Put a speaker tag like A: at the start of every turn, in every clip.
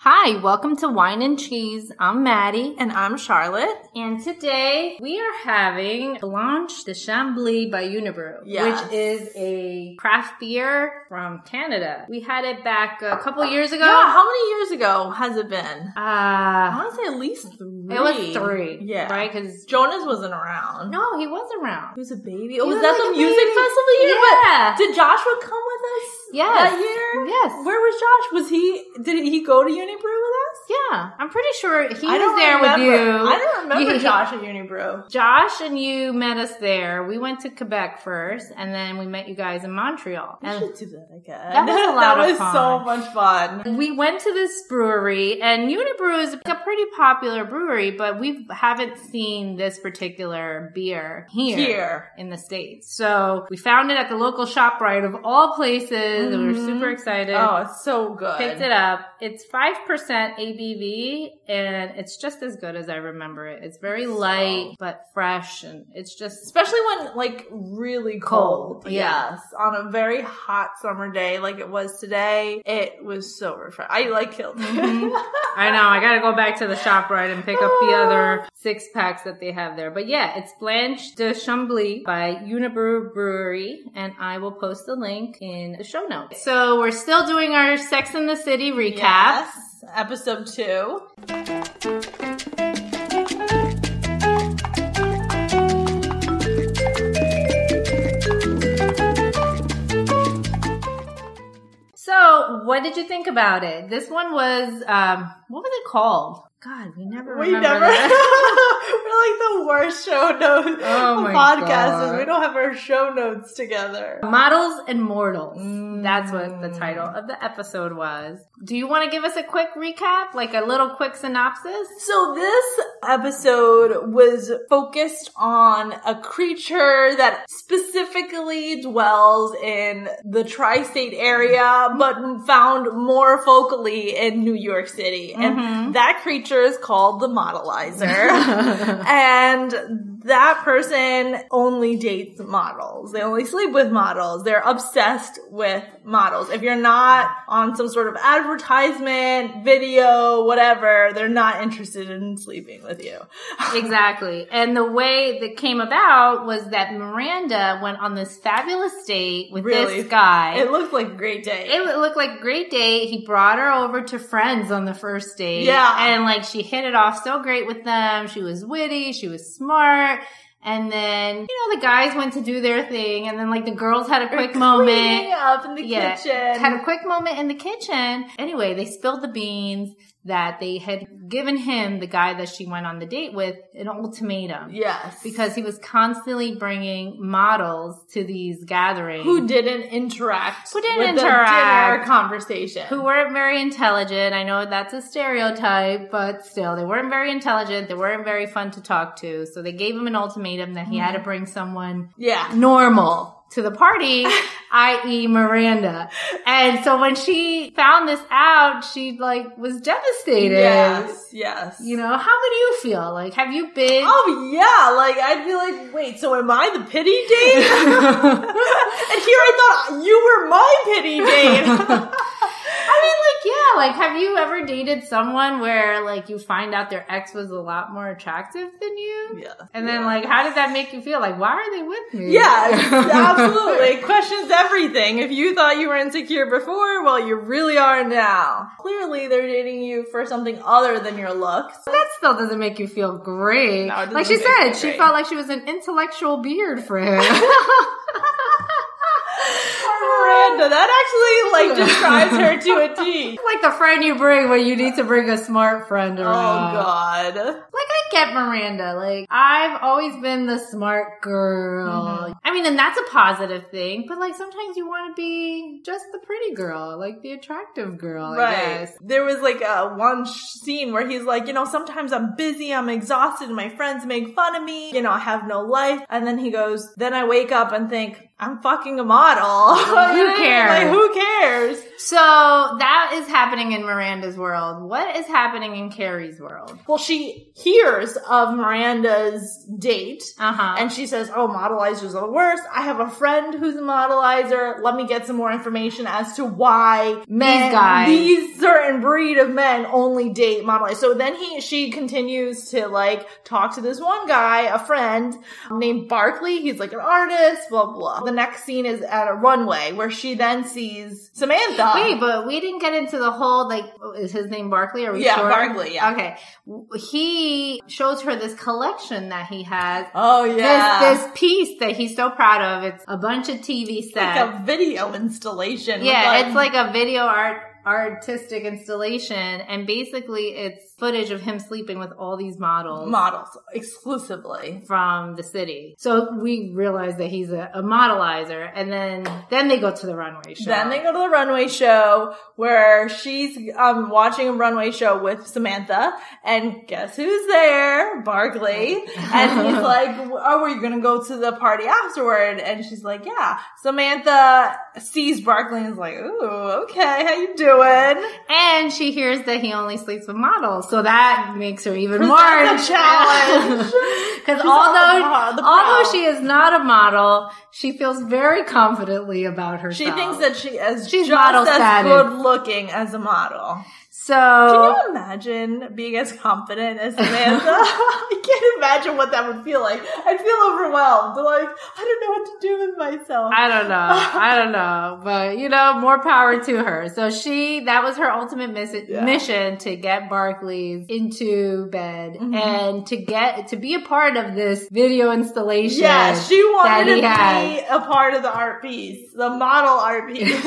A: Hi, welcome to Wine and Cheese. I'm Maddie.
B: And I'm Charlotte.
A: And today we are having Blanche de Chambly by Unibrew,
B: Yes.
A: which is a craft beer from Canada. We had it back a couple years ago.
B: Yeah, how many years ago has it been? I
A: Uh,
B: want to say at least three.
A: it was three.
B: Yeah.
A: Right? Because,
B: Jonas wasn't around.
A: no, he was around.
B: He was a baby. Oh,
A: He
B: was,
A: was
B: that
A: like
B: the
A: a
B: music
A: baby.
B: festival year?
A: Yeah.
B: But did Joshua come with us
A: Yes.
B: that year?
A: Yes.
B: Where was Josh? Was he, did he go to Unibrew with us?
A: Yeah. I'm pretty sure he
B: I
A: was
B: don't
A: there
B: remember.
A: with you.
B: I don't remember
A: You-
B: Josh at Unibrew.
A: Josh and you met us there. We went to Quebec first, and then we met you guys in Montreal.
B: We
A: And
B: should do that
A: That
B: again.
A: was a lot
B: That
A: of
B: was so much fun.
A: We went to this brewery, and Unibrew is a pretty popular brewery, but we haven't seen this particular beer here,
B: Here.
A: in the States. So we found it at the local shop right of all places, and we were
B: Mhm.
A: super excited.
B: Oh, it's so good.
A: Picked it up. It's 5% ABV and it's just as good as I remember it. It's very light but fresh and it's just
B: Especially when like really cold.
A: Cold, yeah.
B: Yes. On a very hot summer day like it was today. It was so refreshing. I like killed it.
A: Mhm. I know. I gotta go back to the shop right and pick up the other six packs that they have there. But yeah, it's Blanche de Chambly by Unibrew Brewery, and I will post the link in the show notes. So we're still doing our Sex in the City recap.
B: Yes. Episode two.
A: So what did you think about it? This one was um, what was it called? God, we never
B: We
A: remember
B: never We're
A: that.
B: like the worst show notes
A: Oh my God. Oh
B: podcasters. We don't have our show notes together.
A: Models and Mortals.
B: Mm.
A: That's what the title of the episode was. Do you want to give us a quick recap, like a little quick synopsis?
B: So this episode was focused on a creature that specifically dwells in the tri-state area, but found more focally in New York City.
A: Mhm.
B: And that creature is called the modelizer. and that person only dates models. They only sleep with models. They're obsessed with models. If you're not on some sort of advertisement, video, whatever, they're not interested in sleeping with you.
A: Exactly. And the way that came about was that Miranda went on this fabulous date with
B: Really.
A: this guy.
B: It looked like a great day.
A: It looked like a great date. He brought her over to friends on the first date.
B: Yeah.
A: And like she hit it off so great with them. She was witty. She was smart. And then, you know, the guys went to do their thing. And then like the girls had a quick moment
B: Cleaning up in the
A: Yeah.
B: kitchen.
A: had a quick moment in the kitchen. Anyway, they spilled the beans that they had given him, the guy that she went on the date with, an ultimatum.
B: yes.
A: Because he was constantly bringing models to these gatherings
B: who didn't interact
A: Who didn't
B: with the
A: interact.
B: dinner conversation.
A: who weren't very intelligent. I know that's a stereotype, but still, they weren't very intelligent. They weren't very fun to talk to. So they gave him an ultimatum that he had
B: Mm-hmm.
A: to bring someone
B: yeah.
A: normal to the party, i.e. Miranda. And so when she found this out, she like was devastated.
B: Yes. Yes.
A: You know, how would you feel? Like, have you been?
B: Oh yeah, like I'd be like, wait, so am I the pity dame? and here I thought you were my pity dame.
A: I mean, like, yeah, like, have you ever dated someone where like you find out their ex was a lot more attractive than you?
B: yeah.
A: And then, like, how did that make you feel? Like, why are they with me?
B: Yeah, absolutely. It Questions everything. If you thought you were insecure before, well, you really are now. Clearly, they're dating you for something other than your looks.
A: That still doesn't make you feel great.
B: No, it doesn't
A: like she
B: make me
A: said,
B: feel
A: she
B: great.
A: felt like she was an intellectual beard for him.
B: Miranda, that actually like describes her to a T.
A: like the friend you bring when you need to bring a smart friend
B: Oh
A: around.
B: God.
A: Like I get Miranda. Like I've always been the smart girl.
B: Mhm.
A: I mean, and that's a positive thing. But like sometimes you want to be just the pretty girl, like the attractive girl. I guess.
B: There was like a one sh- scene where he's like, you know, sometimes I'm busy, I'm exhausted, and my friends make fun of me, you know, I have no life. And then he goes, then I wake up and think, I'm fucking a model.
A: Who cares?
B: like, who cares?
A: So that is happening in Miranda's world. What is happening in Carrie's world?
B: Well, she hears of Miranda's date
A: Uh huh.
B: and she says, Oh, modelizers are the worst. I have a friend who's a modelizer. Let me get some more information as to why men,
A: guys.
B: these certain breed of men only date modelizers. So then he, she continues to like talk to this one guy, a friend named Barkley. He's like an artist, blah, blah. The next scene is at a runway where she then sees Samantha.
A: Wait, but we didn't get into the whole like is his name Barkley? Are we
B: Yeah,
A: sure?
B: Barkley, yeah.
A: Okay. W- He shows her this collection that he has.
B: Oh, yeah.
A: This this piece that he's so proud of. It's a bunch of TV sets.
B: like a video installation. with,
A: yeah, it's like a video art artistic installation and basically it's footage of him sleeping with all these models.
B: models exclusively.
A: from the city. So we realize that he's a, a modelizer and then then they go to the runway show.
B: Then they go to the runway show where she's um, watching a runway show with Samantha, and guess who's there? Barkley. And he's like, "Oh, were you gonna go to the party afterward?" And she's like, "Yeah." Samantha sees Barkley and is like, "Ooh, okay, how you doing?"
A: And she hears that he only sleeps with models, so that makes her even more
B: That's a challenge.
A: Because
B: She's
A: although
B: on the pro- the
A: although
B: prowl.
A: she is not a model, she feels very confidently about herself.
B: She thinks that she is
A: She's
B: just
A: model
B: as
A: status.
B: good looking as a model. Can
A: so.
B: you imagine being as confident as Samantha? I can't imagine what that would feel like. I'd feel overwhelmed. Like, I don't know what to do with myself.
A: I don't know. I don't know. But, you know, more power to her. So she, that was her ultimate miss-
B: Yeah.
A: mission to get Barclays into bed
B: Mhm.
A: and to get, to be a part of this video installation.
B: yeah, she
A: that
B: wanted
A: he
B: to be
A: has.
B: a part of the art piece, the model art piece.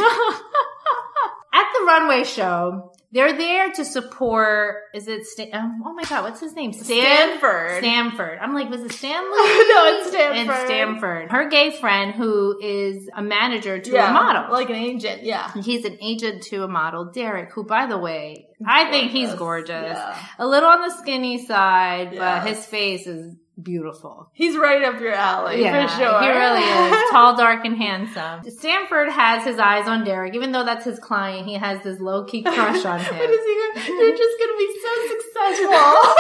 A: At the runway show, they're there to support. Is it Stan? um, Oh my god, what's his name? Stan
B: Stanford.
A: Stanford. I'm like, was it Stanley?
B: No, it's Stanford.
A: It's Stanford. Her gay friend, who is a manager to
B: yeah,
A: a model.
B: like an agent. Yeah,
A: He's an agent to a model, Derek, who, by the way, I think he's gorgeous.
B: Yeah.
A: A little on the skinny side,
B: Yeah.
A: but his face is beautiful.
B: He's right up your alley for sure.
A: He really is. Tall, dark, and handsome. Stanford has his eyes on Derek, even though that's his client, he has this low key crush on
B: What
A: him.
B: is he gonna, you're just gonna be so successful.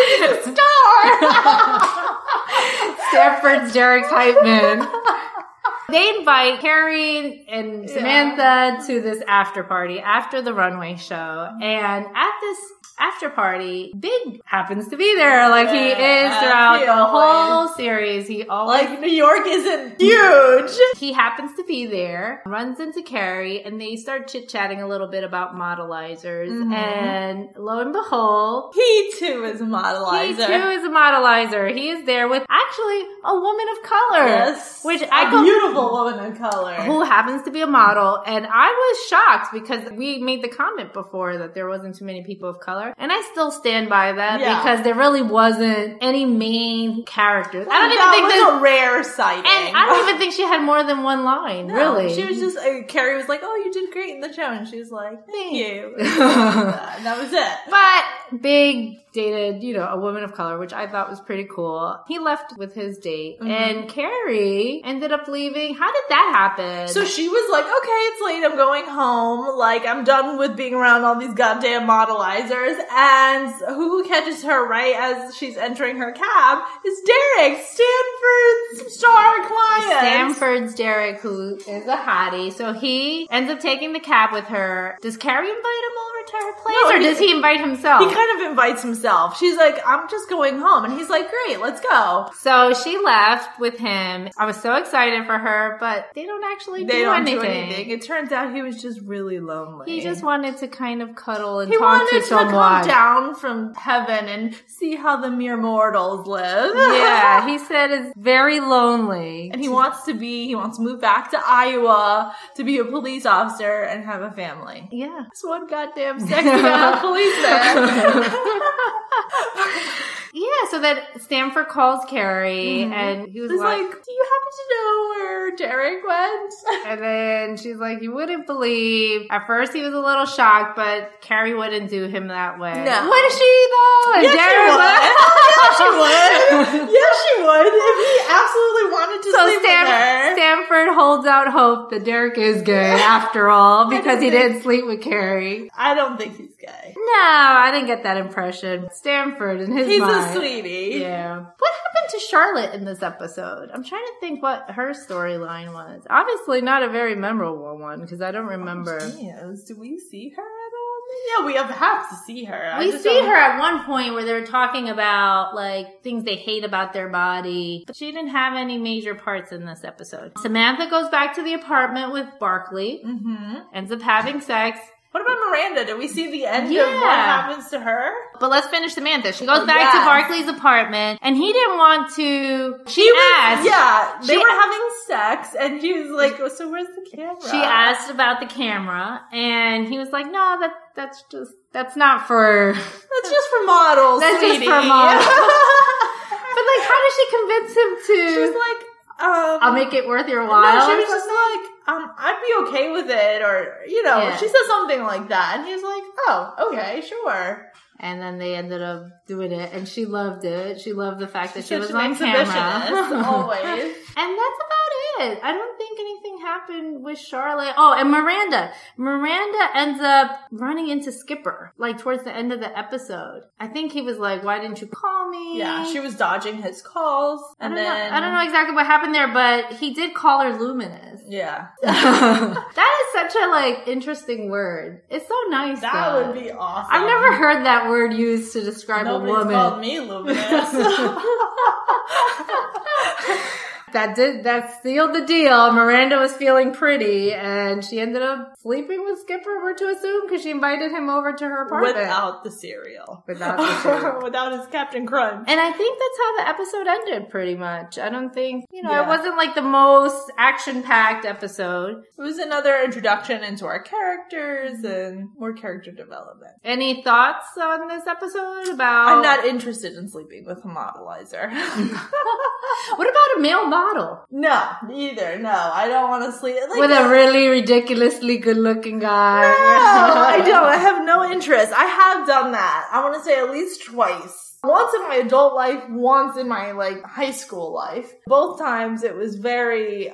B: you're just a star.
A: Stanford's Derek's hype man. They invite Carrie and
B: Yeah.
A: Samantha to this after party after the runway show. And at this after party, Big happens to be there like he
B: Yeah,
A: is throughout the
B: always.
A: whole series. He always
B: like New York isn't huge.
A: He happens to be there, runs into Carrie, and they start chit chatting a little bit about modelizers.
B: Mhm.
A: And lo and behold,
B: He too is a
A: he
B: modelizer.
A: too is a modelizer. He is there with actually a woman of color,
B: Yes.
A: which
B: a
A: I go.
B: beautiful woman of color.
A: Who happens to be a model, and I was shocked because we made the comment before that there wasn't too many people of color, and I still stand by that
B: Yeah.
A: because there really wasn't any main characters. I don't even
B: that
A: think
B: was
A: there's
B: a rare sighting.
A: and I don't even think she had more than one line.
B: No,
A: really,
B: She was just uh, Carrie was like, "Oh, you did great in the show," and she was like, "Thank you." and that was it.
A: But Big dated, you know, a woman of color, which I thought was pretty cool. He left with his date,
B: Mhm.
A: and Carrie ended up leaving. How did that happen?
B: So she was like, "Okay, it's late. I'm going home. Like, I'm done with being around all these goddamn modelizers." And who catches her right as she's entering her cab is Derek, Stanford's star client.
A: Stanford's Derek, who is a hottie, so he ends up taking the cab with her. Does Carrie invite him over to her place,
B: No,
A: or
B: he-
A: does he invite himself?
B: He kind of invites himself. She's like, I'm just going home. And he's like, great, let's go.
A: so she left with him. I was so excited for her, but they don't actually
B: they
A: do,
B: don't
A: anything.
B: do anything. It turns out he was just really lonely.
A: He just wanted to kind of cuddle and
B: He
A: talk
B: wanted
A: to
B: to
A: someone.
B: come down from heaven and see how the mere mortals live.
A: yeah, he said it's very lonely.
B: and he wants to be, he wants to move back to Iowa to be a police officer and have a family.
A: yeah.
B: This one goddamn sexy ass policeman.
A: Yeah, so that Stanford calls Carrie
B: Mhm.
A: and he was
B: It's
A: like,
B: like, do you happen to know where Derek went?
A: and then she's like, you wouldn't believe. At first he was a little shocked, but Carrie wouldn't do him that way.
B: No.
A: Would she though? And
B: Yes, she
A: Jared
B: would.
A: would.
B: Yes, she would. yes, she would. If he absolutely wanted to
A: So
B: sleep with her.
A: Stan- Stanford holds out hope that Derek is gay after all because he didn't sleep with Carrie.
B: I don't think he's gay.
A: No, I didn't get that impression. Stanford and his
B: He's
A: mind.
B: a sweetie.
A: Yeah. What happened to Charlotte in this episode? I'm trying to think what her storyline was. Obviously, not a very memorable one because I don't remember.
B: Oh, Yes. Do we see her at all? Yeah, we have, have to see her. I
A: we
B: just
A: see
B: don't-
A: her at one point where they're talking about like things they hate about their body, but she didn't have any major parts in this episode. Samantha goes back to the apartment with Barkley,
B: Mhm.
A: ends up having sex.
B: What about Miranda? Did we see the end of what
A: Yeah.
B: happens to her?
A: But let's finish Samantha. She goes back to
B: Yes.
A: Barkley's apartment, and he didn't want to. She,
B: He was-
A: asked.
B: Yeah, they
A: She-
B: were having sex, and he was like, "Oh, "So where's the camera?"
A: She asked about the camera, and he was like, "No, that that's just that's not for."
B: "That's just for models,
A: That's just
B: sweetie."
A: for models. But like, how does she convince him to?
B: she was like, um,
A: "I'll make it worth your while."
B: No, she
A: or
B: was just like, um, "I'd be okay with it," or you know,
A: Yeah.
B: she said something like that, and he was like, "Oh, okay, sure."
A: And then they ended up doing it, and she loved it. She loved the fact that she,
B: Such
A: was
B: an
A: on camera.
B: exhibitionist, always.
A: and that's about it. I don't think anything happened with Charlotte. Oh, and Miranda. Miranda ends up running into Skipper, like towards the end of the episode. I think he was like, "Why didn't you call me?"
B: Yeah, she was dodging his calls,
A: I
B: and
A: don't,
B: then
A: know, I don't know exactly what happened there, but he did call her luminous.
B: Yeah,
A: that is such a like interesting word. It's so nice.
B: that
A: though.
B: would be awesome.
A: I've never heard that word used to describe
B: Nobody's
A: a woman.
B: called me luminous.
A: That did that sealed the deal. Miranda was feeling pretty, and she ended up sleeping with Skipper. We're to assume because she invited him over to her apartment.
B: Without the cereal.
A: Without the cereal.
B: Without his Captain Crunch.
A: and I think that's how the episode ended, pretty much. I don't think you know
B: Yeah.
A: it wasn't like the most action-packed episode.
B: It was another introduction into our characters
A: Mm-hmm.
B: and more character development.
A: Any thoughts on this episode about?
B: I'm not interested in sleeping with a modelizer.
A: What about a male model
B: no, either. No, I don't want to sleep. Like,
A: with a really ridiculously good-looking guy?
B: no, I don't. I have no interest. I have done that. I want to say at least twice. Once in my adult life, once in my like high school life. Both times it was very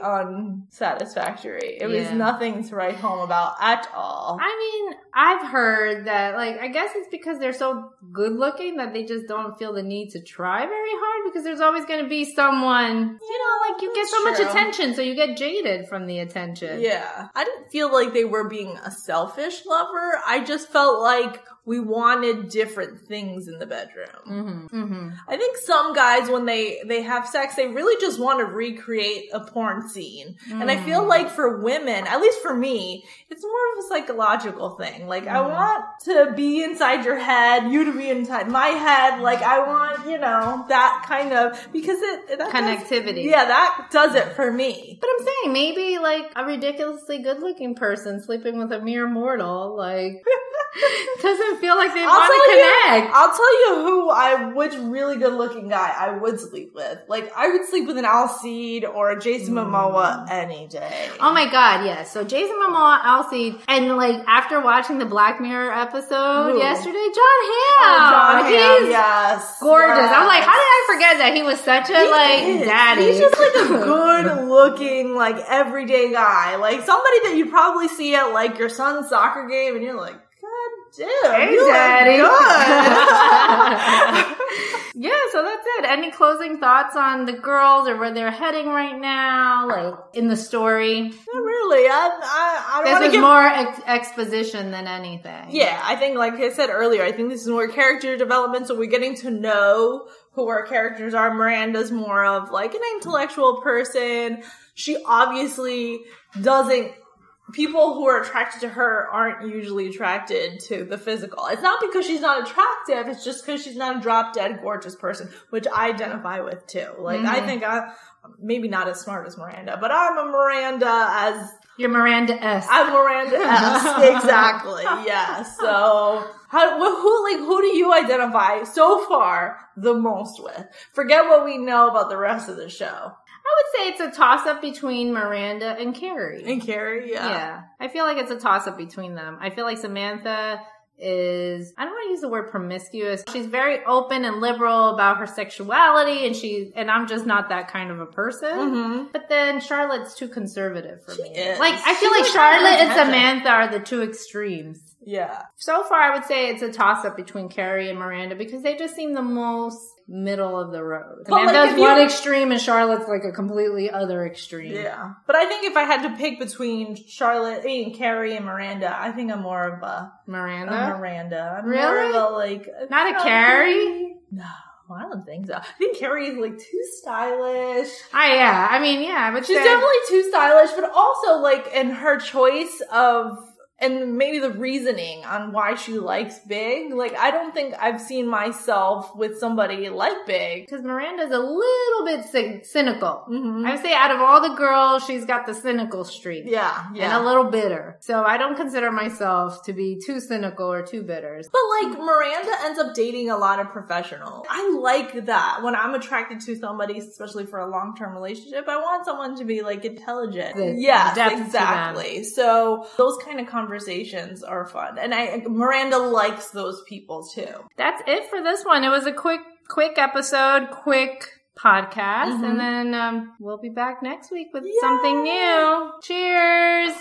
B: unsatisfactory. It was
A: Yeah.
B: nothing to write home about at all.
A: I mean, I've heard that, like, I guess it's because they're so good looking that they just don't feel the need to try very hard because there's always going to be someone, you know, like you get
B: That's
A: so
B: true.
A: much attention, so you get jaded from the attention.
B: Yeah. I didn't feel like they were being a selfish lover. I just felt like we wanted different things in the bedroom.
A: hmm hmm
B: I think some guys when they they have sex, they really just want to recreate a porn scene. And I
A: Mm.
B: feel like for women, at least for me, it's more of a psychological thing. Like I
A: Mm.
B: want to be inside your head, you to be inside my head. Like I want, you know, that kind of because it that does-
A: Connectivity.
B: yeah, that does it for me.
A: But I'm saying maybe like a ridiculously good looking person sleeping with a mere mortal, like, doesn't feel like they
B: I'll
A: want to
B: tell you-
A: connect.
B: I'll tell you who I, which really good looking guy I would sleep with. Like, I would sleep with an Al Seed or a Jason
A: Mm.
B: Momoa any day.
A: Oh my god, yes. So Jason Momoa, Alcide, and like after watching the Black Mirror episode
B: Who?
A: yesterday, John Hamm.
B: Oh, John Hamm,
A: he's
B: yes.
A: gorgeous. I'm like,
B: yes.
A: how did I forget that he was such a
B: He
A: like
B: is.
A: daddy?
B: He's just like a good looking, like everyday guy. Like somebody that you probably see at like your son's soccer game and you're like, God damn,
A: Hey,
B: you look
A: daddy.
B: good.
A: yeah, so that's it. Any closing thoughts on the girls or where they're heading right now, like in the story?
B: really, I, I, I don't
A: This
B: want to
A: was
B: give
A: more ex- exposition than anything.
B: Yeah, I think, like I said earlier, I think this is more character development. So we're getting to know who our characters are. Miranda's more of like an intellectual person. She obviously doesn't people who are attracted to her aren't usually attracted to the physical. It's not because she's not attractive, it's just because she's not a drop dead gorgeous person, which I identify with too. Like, I think I, maybe not as smart as Miranda, but I'm a Miranda as,
A: You're Miranda S.
B: I'm Miranda S. exactly. Yeah. So. How, wh- who like who do you identify so far the most with? Forget what we know about the rest of the show.
A: I would say it's a toss up between Miranda and Carrie.
B: And Carrie,
A: yeah. I feel like it's a toss up between them. I feel like Samantha is I don't want to use the word promiscuous. She's very open and liberal about her sexuality and she and I'm just not that kind of a person.
B: Mhm.
A: But then Charlotte's too conservative for
B: She
A: me.
B: is.
A: Like I
B: She
A: feel like
B: was trying to
A: Charlotte and
B: attention.
A: Samantha are the two extremes.
B: Yeah.
A: So far, I would say it's a toss up between Carrie and Miranda because they just seem the most middle of the road.
B: But, like,
A: Samantha's
B: if you-
A: one extreme and Charlotte's like a completely other extreme.
B: Yeah. But I think if I had to pick between Charlotte, I mean, Carrie and Miranda, I think I'm more of a, a
A: Miranda?
B: Miranda. I'm
A: Really?
B: more of a, like,
A: Not a Carrie?
B: No, I don't think so. I think Carrie is like too stylish.
A: I, yeah. I mean, yeah, but
B: She's definitely too stylish, but also like in her choice of, and maybe the reasoning on why she likes Big. Like, I don't think I've seen myself with somebody like Big.
A: because Miranda's a little bit cyn- cynical.
B: Mm-hmm.
A: I would say out of all the girls, she's got the cynical streak.
B: Yeah, yeah.
A: And a little bitter. So I don't consider myself to be too cynical or too bitter.
B: But like Miranda ends up dating a lot of professionals. I like that when I'm attracted to somebody, especially for a long term relationship. I want someone to be like intelligent.
A: The
B: yes,
A: depth to them.
B: exactly. So those kind of conversations are fun, and I Miranda likes those people too.
A: that's it for this one. It was a quick, quick episode, quick podcast,
B: Mhm.
A: and then um, we'll be back next week with
B: Yay!
A: something new. Cheers.